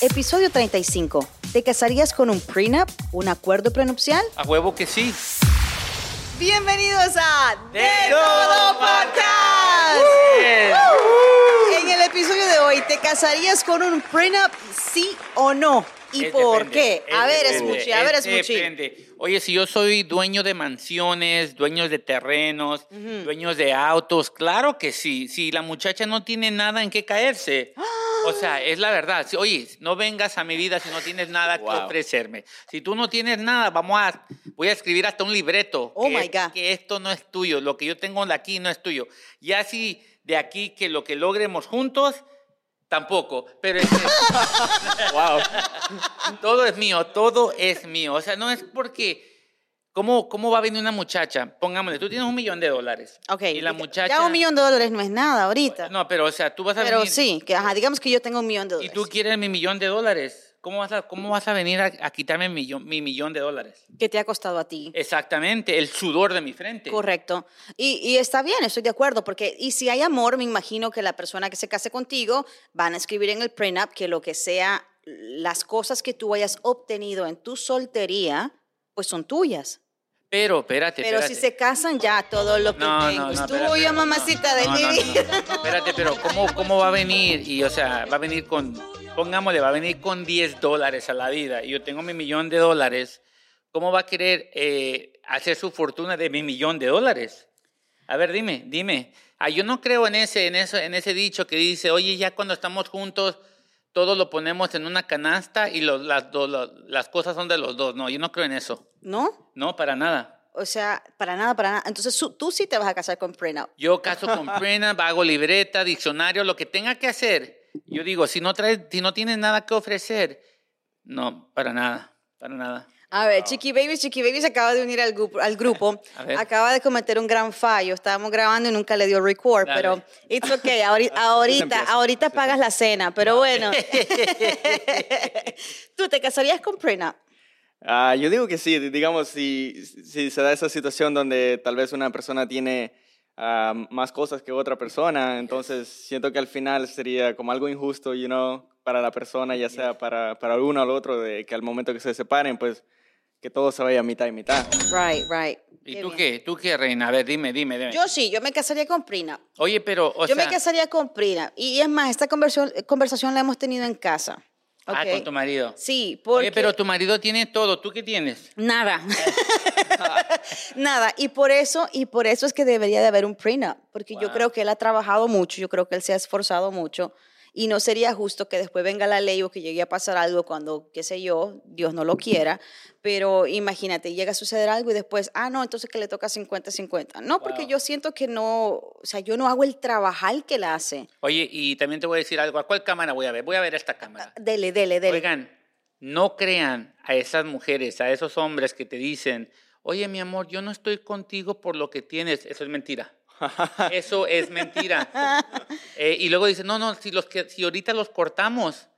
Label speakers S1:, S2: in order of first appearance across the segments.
S1: Episodio 35. ¿Te casarías con un prenup? ¿Un acuerdo prenupcial?
S2: A huevo que sí.
S1: Bienvenidos a
S2: De Todo ¡Eh! Podcast.
S1: En el episodio de hoy, ¿te casarías con un prenup sí o no? ¿Y
S2: Es
S1: por qué?
S2: depende, es
S1: A ver,
S2: depende,
S1: escuché, a ver,
S2: es
S1: escuché.
S2: depende. Oye, si yo soy dueño de mansiones, dueños de terrenos, dueños de autos, claro que sí. Si la muchacha no tiene nada en qué caerse. O sea, es la verdad. Si- Oye, no vengas a mi vida si no tienes nada que
S3: Wow.
S2: ofrecerme. Si tú no tienes nada, vamos a, voy a escribir hasta un libreto.
S1: Oh,
S2: que
S1: my
S2: es-
S1: God.
S2: que esto no es tuyo, lo que yo tengo aquí no es tuyo. Ya si de aquí que lo que logremos juntos, tampoco. Pero es que-
S3: Wow.
S2: todo es mío, todo es mío. O sea, no es porque. ¿Cómo, cómo va a venir una muchacha? Pongámosle, tú tienes un millón de dólares.
S1: Ok,
S2: Y la muchacha.
S1: ya un millón de dólares no es nada ahorita.
S2: No, pero o sea, tú vas a
S1: pero
S2: venir.
S1: sí, que, ajá, digamos que yo tengo un millón de
S2: Y
S1: dólares.
S2: tú quieres mi millón de dólares. ¿Cómo vas a, cómo vas a venir a, a quitarme mi millón, mi millón de dólares?
S1: ¿Qué te ha costado a ti?
S2: Exactamente, el sudor de mi frente.
S1: Correcto. Y, y está bien, estoy de acuerdo, porque y si hay amor, me imagino que la persona que se case contigo van a escribir en el prenup que lo que sea, las cosas que tú hayas obtenido en tu soltería, pues son tuyas.
S2: Pero, espérate,
S1: Pero
S2: espérate.
S1: si se casan ya, todo lo que
S2: No,
S1: tengo
S2: no,
S1: es
S2: no,
S1: tuyo,
S2: espérate, no,
S1: mamacita de
S2: no,
S1: mi
S2: no, no,
S1: vida.
S2: no. Espérate, pero ¿cómo, ¿cómo va a venir? Y, o sea, va a venir con, pongámosle, va a venir con 10 dólares a la vida. Y yo tengo mi millón de dólares. ¿Cómo va a querer eh, hacer su fortuna de mi millón de dólares? A ver, dime, dime. Ah, yo no creo en ese, en, eso, en ese dicho que dice, oye, ya cuando estamos juntos, todo lo ponemos en una canasta y los- las, do- lo- las cosas son de los dos. No, yo no creo en eso.
S1: ¿No?
S2: No, para nada.
S1: O sea, para nada, para nada. Entonces su- tú sí te vas a casar con prenup.
S2: Yo caso con pena, hago libreta, diccionario, lo que tenga que hacer. Yo digo, si no traes, si no tienes nada que ofrecer, no, para nada, para nada.
S1: A ver, Chiqui Baby, Chiqui Baby se acaba de unir al, grupo- al grupo.
S2: A ver.
S1: Acaba de cometer un gran fallo. Estábamos grabando y nunca le dio record,
S2: Dale.
S1: pero it's okay. Ahori- Ahorita,
S3: empieza,
S1: ahorita pagas la cena, pero bueno. ¿Tú te casarías con Prenup?
S3: Ah, yo digo que sí, di- digamos, si, si se da esa situación donde tal vez una persona tiene ah, más cosas que otra persona, entonces siento que al final sería como algo injusto, you know, para la persona, ya sea para, para uno o el otro, de que al momento que se separen, pues que todo se vaya mitad y mitad.
S1: Right, right.
S2: ¿Y tú
S1: bien.
S2: qué? ¿Tú qué, reina? A ver, dime, dime, dime.
S1: Yo sí, yo me casaría con Prenup.
S2: Oye, pero, o
S1: yo
S2: sea,
S1: me casaría con Prenup. Y es más, esta conversión- conversación la hemos tenido en casa.
S2: ah,
S1: ¿ok?
S2: con tu marido.
S1: Sí, porque...
S2: Oye, pero tu marido tiene todo, ¿tú qué tienes?
S1: Nada. Nada. Y por eso, y por eso es que debería de haber un prenup, porque yo
S2: Wow.
S1: creo que él ha trabajado mucho, yo creo que él se ha esforzado mucho. Y no sería justo que después venga la ley o que llegue a pasar algo cuando, qué sé yo, Dios no lo quiera. Pero imagínate, llega a suceder algo y después, ah, no, entonces que le toca 50-50. No, porque
S2: Wow.
S1: yo siento que no, o sea, yo no hago el trabajar que la hace.
S2: Oye, y también te voy a decir algo. ¿A cuál cámara voy a ver? Voy a ver esta cámara.
S1: Dele, dele, dele.
S2: Oigan, no crean a esas mujeres, a esos hombres que te dicen, oye, mi amor, yo no estoy contigo por lo que tienes. Eso es mentira. Eso es mentira. Eh, y luego dicen, no, no, si, los que, si ahorita los cortamos,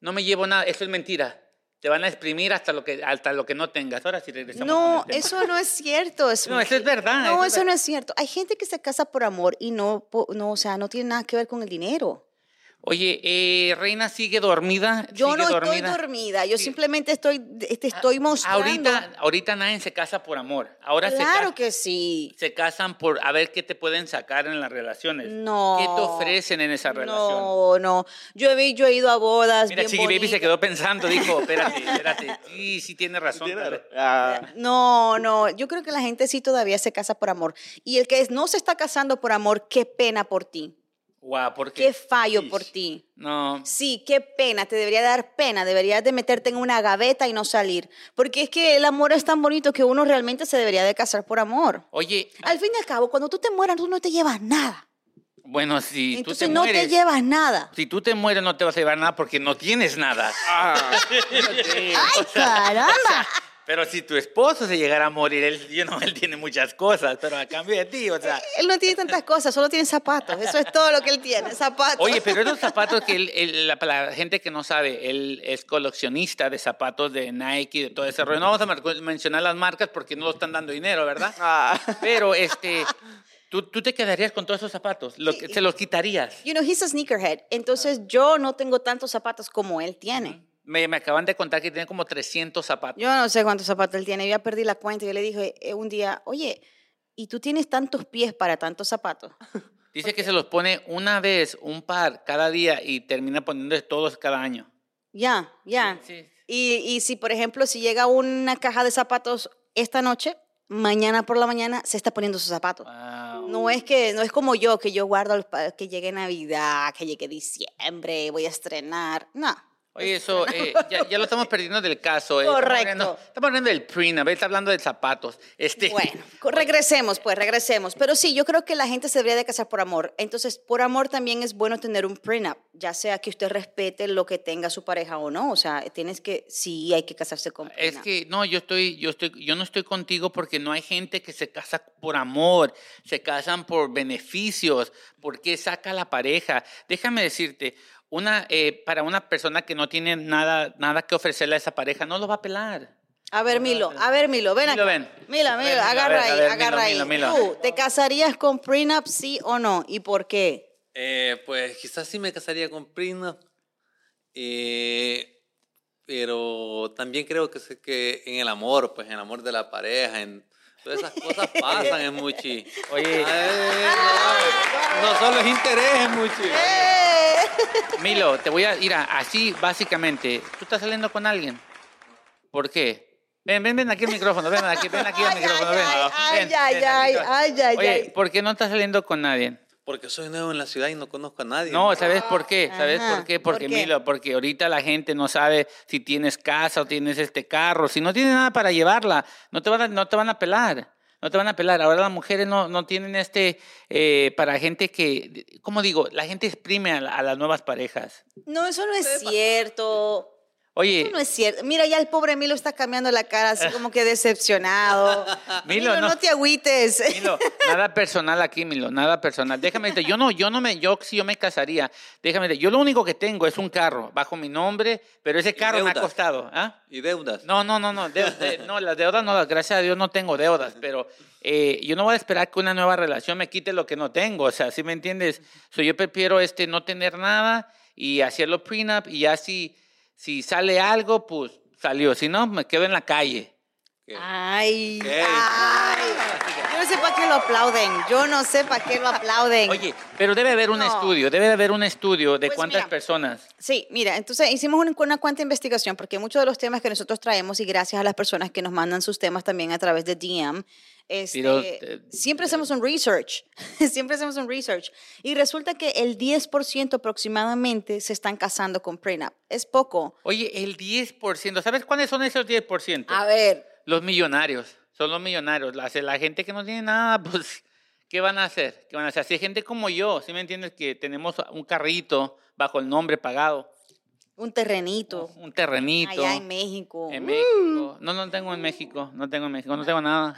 S2: no me llevo nada. Eso es mentira. Te van a exprimir hasta lo que, hasta lo que no tengas. Ahora sí regresamos.
S1: No,
S2: con el tema.
S1: eso no es cierto. Es
S2: No, eso es verdad,
S1: No,
S2: eso Ah, es
S1: eso no
S2: verdad.
S1: es cierto. Hay gente que se casa por amor y no, po- no o sea, no tiene nada que ver con el dinero.
S2: Oye, eh, Reina sigue dormida.
S1: Yo
S2: ¿Sigue
S1: no estoy dormida, yo
S2: Sí. Ah,
S1: simplemente estoy, te estoy mostrando.
S2: Ahorita, ahorita nadie se casa por amor. Ahora se
S1: claro
S2: casa-
S1: que sí.
S2: se casan por a ver qué te pueden sacar en las relaciones.
S1: No.
S2: ¿Qué te ofrecen en esa relación?
S1: No, no. Yo he, vi- yo he ido a bodas.
S2: Mira,
S1: bien
S2: Chiqui Baby se
S1: bonitas.
S2: quedó pensando, dijo, espérate, espérate. Sí, sí tiene razón. tal vez.
S3: Ah,
S1: No, no, yo creo que la gente sí todavía se casa por amor. Y el que no se está casando por amor, qué pena por ti,
S2: Guau, ¿por
S1: qué
S2: qué?
S1: fallo por
S3: Ish.
S1: ti.
S2: No.
S1: Sí, qué pena, te debería dar pena, deberías de meterte en una gaveta y no salir, porque es que el amor es tan bonito que uno realmente se debería de casar por amor.
S2: Oye,
S1: Al fin y al cabo, cuando tú te mueras, tú no te llevas nada.
S2: bueno, si tú
S1: Entonces
S2: te
S1: no
S2: mueres,
S1: te llevas nada.
S2: si tú te mueres no te vas a llevar nada porque no tienes nada.
S3: ah,
S1: ¡Ay, caramba!
S2: Pero si tu esposo se llegara a morir, él, you know, él tiene muchas cosas, pero a cambio de ti, o sea.
S1: Él no tiene tantas cosas, solo tiene zapatos. Eso es todo lo que él tiene, zapatos.
S2: Oye, pero esos zapatos que él- él- la, para la gente que no sabe, él es coleccionista de zapatos de Nike, de todo ese
S1: Ah.
S2: rollo. No vamos a mar- mencionar las marcas porque no lo están dando dinero, ¿verdad?
S3: ah.
S2: Pero este, ¿Tú, tú te quedarías con todos esos zapatos? Lo,
S1: Sí.
S2: ¿Se los quitarías?
S1: You know, he's a sneakerhead. Entonces yo no tengo tantos zapatos como él tiene.
S2: Me, me acaban de contar que tiene como 300 zapatos.
S1: Yo no sé cuántos zapatos él tiene. Yo ya perdí la cuenta. Yo le dije eh, un día, oye, ¿y tú tienes tantos pies para tantos zapatos?
S2: Dice que se los pone una vez, un par, cada día y termina poniéndose todos cada año.
S1: Ya, ya. Y, y si, por ejemplo, si llega una caja de zapatos esta noche, mañana por la mañana se está poniendo sus zapatos.
S2: Ah, Wow.
S1: No es que no es como yo que yo guardo el pa- que llegue Navidad, que llegue diciembre, voy a estrenar. No.
S2: Oye, eso, eh, ya, ya lo estamos perdiendo del caso. eh. Estamos
S1: Correcto.
S2: hablando- Estamos hablando del print, a ver, está hablando de zapatos. Este,
S1: Bueno, co- regresemos, pues, regresemos. Pero sí, yo creo que la gente se debería de casar por amor. Entonces, por amor también es bueno tener un prenup, ya sea que usted respete lo que tenga su pareja o no. O sea, tienes que, sí, hay que casarse con
S2: Es
S1: prenup.
S2: que no, yo estoy, yo estoy, yo no estoy contigo porque no hay gente que se casa por amor, se casan por beneficios, porque saca a la pareja. Déjame decirte, una, eh, para una persona que no tiene nada, nada que ofrecerle a esa pareja, no lo va a pelar.
S1: A ver, Milo, a ver, Milo, ven
S2: Milo,
S1: acá.
S2: ven.
S1: Mira,
S2: Ven,
S1: mira,
S2: Milo,
S1: agarra
S2: a ver, a
S1: ahí,
S2: ver,
S1: agarra
S2: Milo,
S1: ahí.
S2: Milo, Milo.
S1: ¿Tú te casarías con prenup, sí o no? ¿Y por qué?
S4: Eh, pues quizás sí me casaría con Prina, eh, pero también creo que, sé que en el amor, pues en el amor de la pareja, en todas esas cosas pasan en Muchi.
S2: Oye,
S4: Eh, no, no solo es interés en Muchi.
S2: ¡Eh! Milo, te voy a ir a, así básicamente. ¿Tú estás saliendo con alguien? ¿Por qué? Ven, ven, ven aquí al micrófono, ven aquí, ven aquí al
S1: Ay, ay,
S2: micrófono, ven.
S1: ay, ay,
S2: Ven,
S1: ay, ay,
S2: ven aquí.
S1: ay, ay, ay.
S2: Oye, ¿por qué no estás saliendo con nadie?
S4: Porque soy nuevo en la ciudad y no conozco a nadie.
S2: No, ¿sabes por qué? ¿Sabes
S1: Ah, Ajá,
S2: por qué?
S1: ¿por
S2: Porque,
S1: qué?
S2: Milo, porque ahorita la gente no sabe si tienes casa o tienes este carro. Si no tienes nada para llevarla, no te van a, no te van a pelar. No te van a pelar. Ahora las mujeres no, no tienen este, eh, para gente que, ¿cómo digo? La gente exprime a, la- a las nuevas parejas.
S1: No, eso no es cierto.
S2: Oye,
S1: Eso no es cierto. Mira, ya el pobre Milo está cambiando la cara así como que decepcionado.
S2: Milo,
S1: Milo, no.
S2: no.
S1: te agüites.
S2: Milo, nada personal aquí, Milo, nada personal. Déjame decirte, yo no, yo no me, yo si yo me casaría, déjame decirte, yo lo único que tengo es un carro bajo mi nombre, pero ese carro me ha
S4: deudas.
S2: costado, ¿ah?
S4: ¿Y deudas?
S2: No, no, no, no, de- de- no, las deudas no, las- gracias a Dios no tengo deudas, pero eh, yo no voy a esperar que una nueva relación me quite lo que no tengo, o sea, ¿sí me entiendes? So, yo prefiero este, no tener nada y hacerlo prenup y ya si, si sale algo, pues salió, si no, me quedo en la calle.
S4: ¿Qué?
S1: Ay,
S4: ¿Qué?
S1: ay. Yo no sé para qué lo aplauden. Yo no sé para qué lo aplauden.
S2: Oye, pero debe haber un
S1: No.
S2: estudio, debe haber un estudio de
S1: Pues
S2: cuántas
S1: mira.
S2: personas.
S1: Sí, mira, entonces hicimos un- una cuanta investigación porque muchos de los temas que nosotros traemos y gracias a las personas que nos mandan sus temas también a través de DM, este,
S2: Pero, eh,
S1: siempre hacemos un research, siempre hacemos un research y resulta que el 10% aproximadamente se están casando con prenup. Es poco.
S2: Oye, el 10%, ¿sabes cuáles son esos 10%?
S1: A ver,
S2: Los millonarios, son los millonarios. La, la gente que no tiene nada, pues, ¿qué van a hacer? ¿Qué van a hacer? Si hay gente como yo, si me entiendes que tenemos un carrito bajo el nombre pagado,
S1: un terrenito
S2: un terrenito.
S1: allá en México.
S2: En México. No, no tengo en México. No tengo en México. No tengo nada.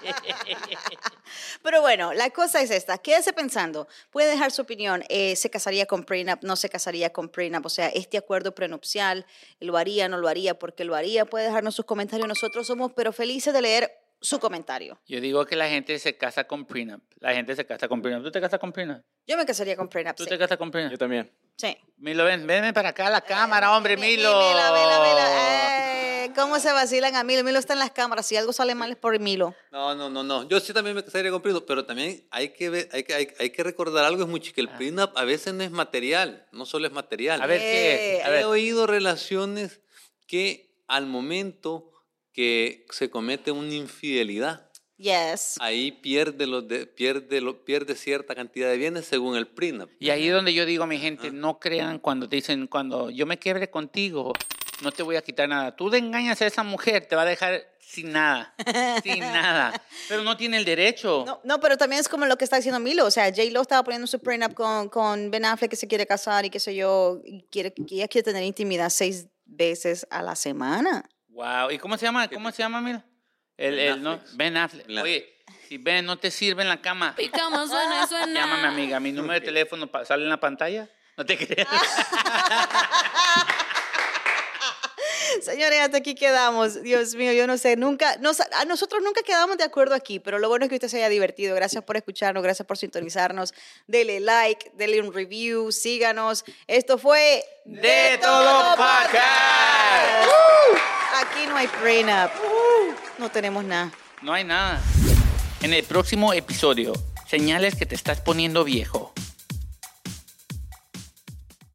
S1: Pero bueno, la cosa es esta. Quédese pensando. Puede dejar su opinión. eh, ¿Se casaría con prenup? ¿No se casaría con prenup? O sea, este acuerdo prenupcial, ¿lo haría? ¿No lo haría? ¿Por qué lo haría? Puede dejarnos sus comentarios. Nosotros somos, pero felices de leer su comentario.
S2: Yo digo que la gente se casa con prenup. La gente se casa con prenup. ¿Tú te casas con prenup?
S1: Yo me casaría con prenup.
S2: ¿Tú
S1: sí.
S2: te casas con prenup?
S3: Yo también.
S1: Sí.
S2: Milo, ven, ven para acá a la cámara, hombre,
S1: Mi- mi-
S2: Milo.
S1: Milo, Milo, Milo. Eh, ¿Cómo se vacilan a Milo? Milo está en las cámaras. Si algo sale mal es por Milo.
S4: No, no, no, no. Yo sí también me casaría con prenup, pero también hay que, ver, hay que, hay, hay que recordar algo, es mucho, que el prenup a veces no es material, no solo es material.
S2: Ah. A ver, ¿qué es? A
S1: Eh,
S4: He
S2: ver,
S4: oído relaciones que al momento que se comete una infidelidad,
S1: Yes.
S4: ahí pierde, los de- pierde, lo- pierde cierta cantidad de bienes según el prenup.
S2: y ahí es donde yo digo, mi
S4: Ah.
S2: gente, no crean cuando te dicen, cuando yo me quiebre contigo, no te voy a quitar nada. Tú le engañas a esa mujer, te va a dejar sin nada, sin nada. Pero no tiene el derecho.
S1: No, no, pero también es como lo que está diciendo Milo. O sea, J-Lo estaba poniendo su prenup con, con Ben Affleck que se quiere casar y qué sé yo. Y quiere, que ella quiere tener intimidad seis veces a la semana.
S2: Wow. ¿Y cómo se llama? ¿Cómo se llama, Milo? El,
S4: Ben
S2: el, no,
S4: Affleck.
S2: ben Affleck.
S4: Ben Affleck.
S2: Oye, si Ben no te sirve en la cama,
S5: Picamos, suena y suena.
S2: llámame, amiga. Mi número de teléfono pa- sale en la pantalla. No te creas.
S1: Señores, hasta aquí quedamos. Dios mío, yo no sé, nunca, nos- a nosotros nunca quedamos de acuerdo aquí, pero lo bueno es que usted se haya divertido. Gracias por escucharnos, gracias por sintonizarnos. Dele like, dele un review, síganos. Esto fue
S2: De Todo Podcast.
S1: Podcast. Aquí no hay prenup. No tenemos nada.
S2: No hay nada. En el próximo episodio, señales que te estás poniendo viejo.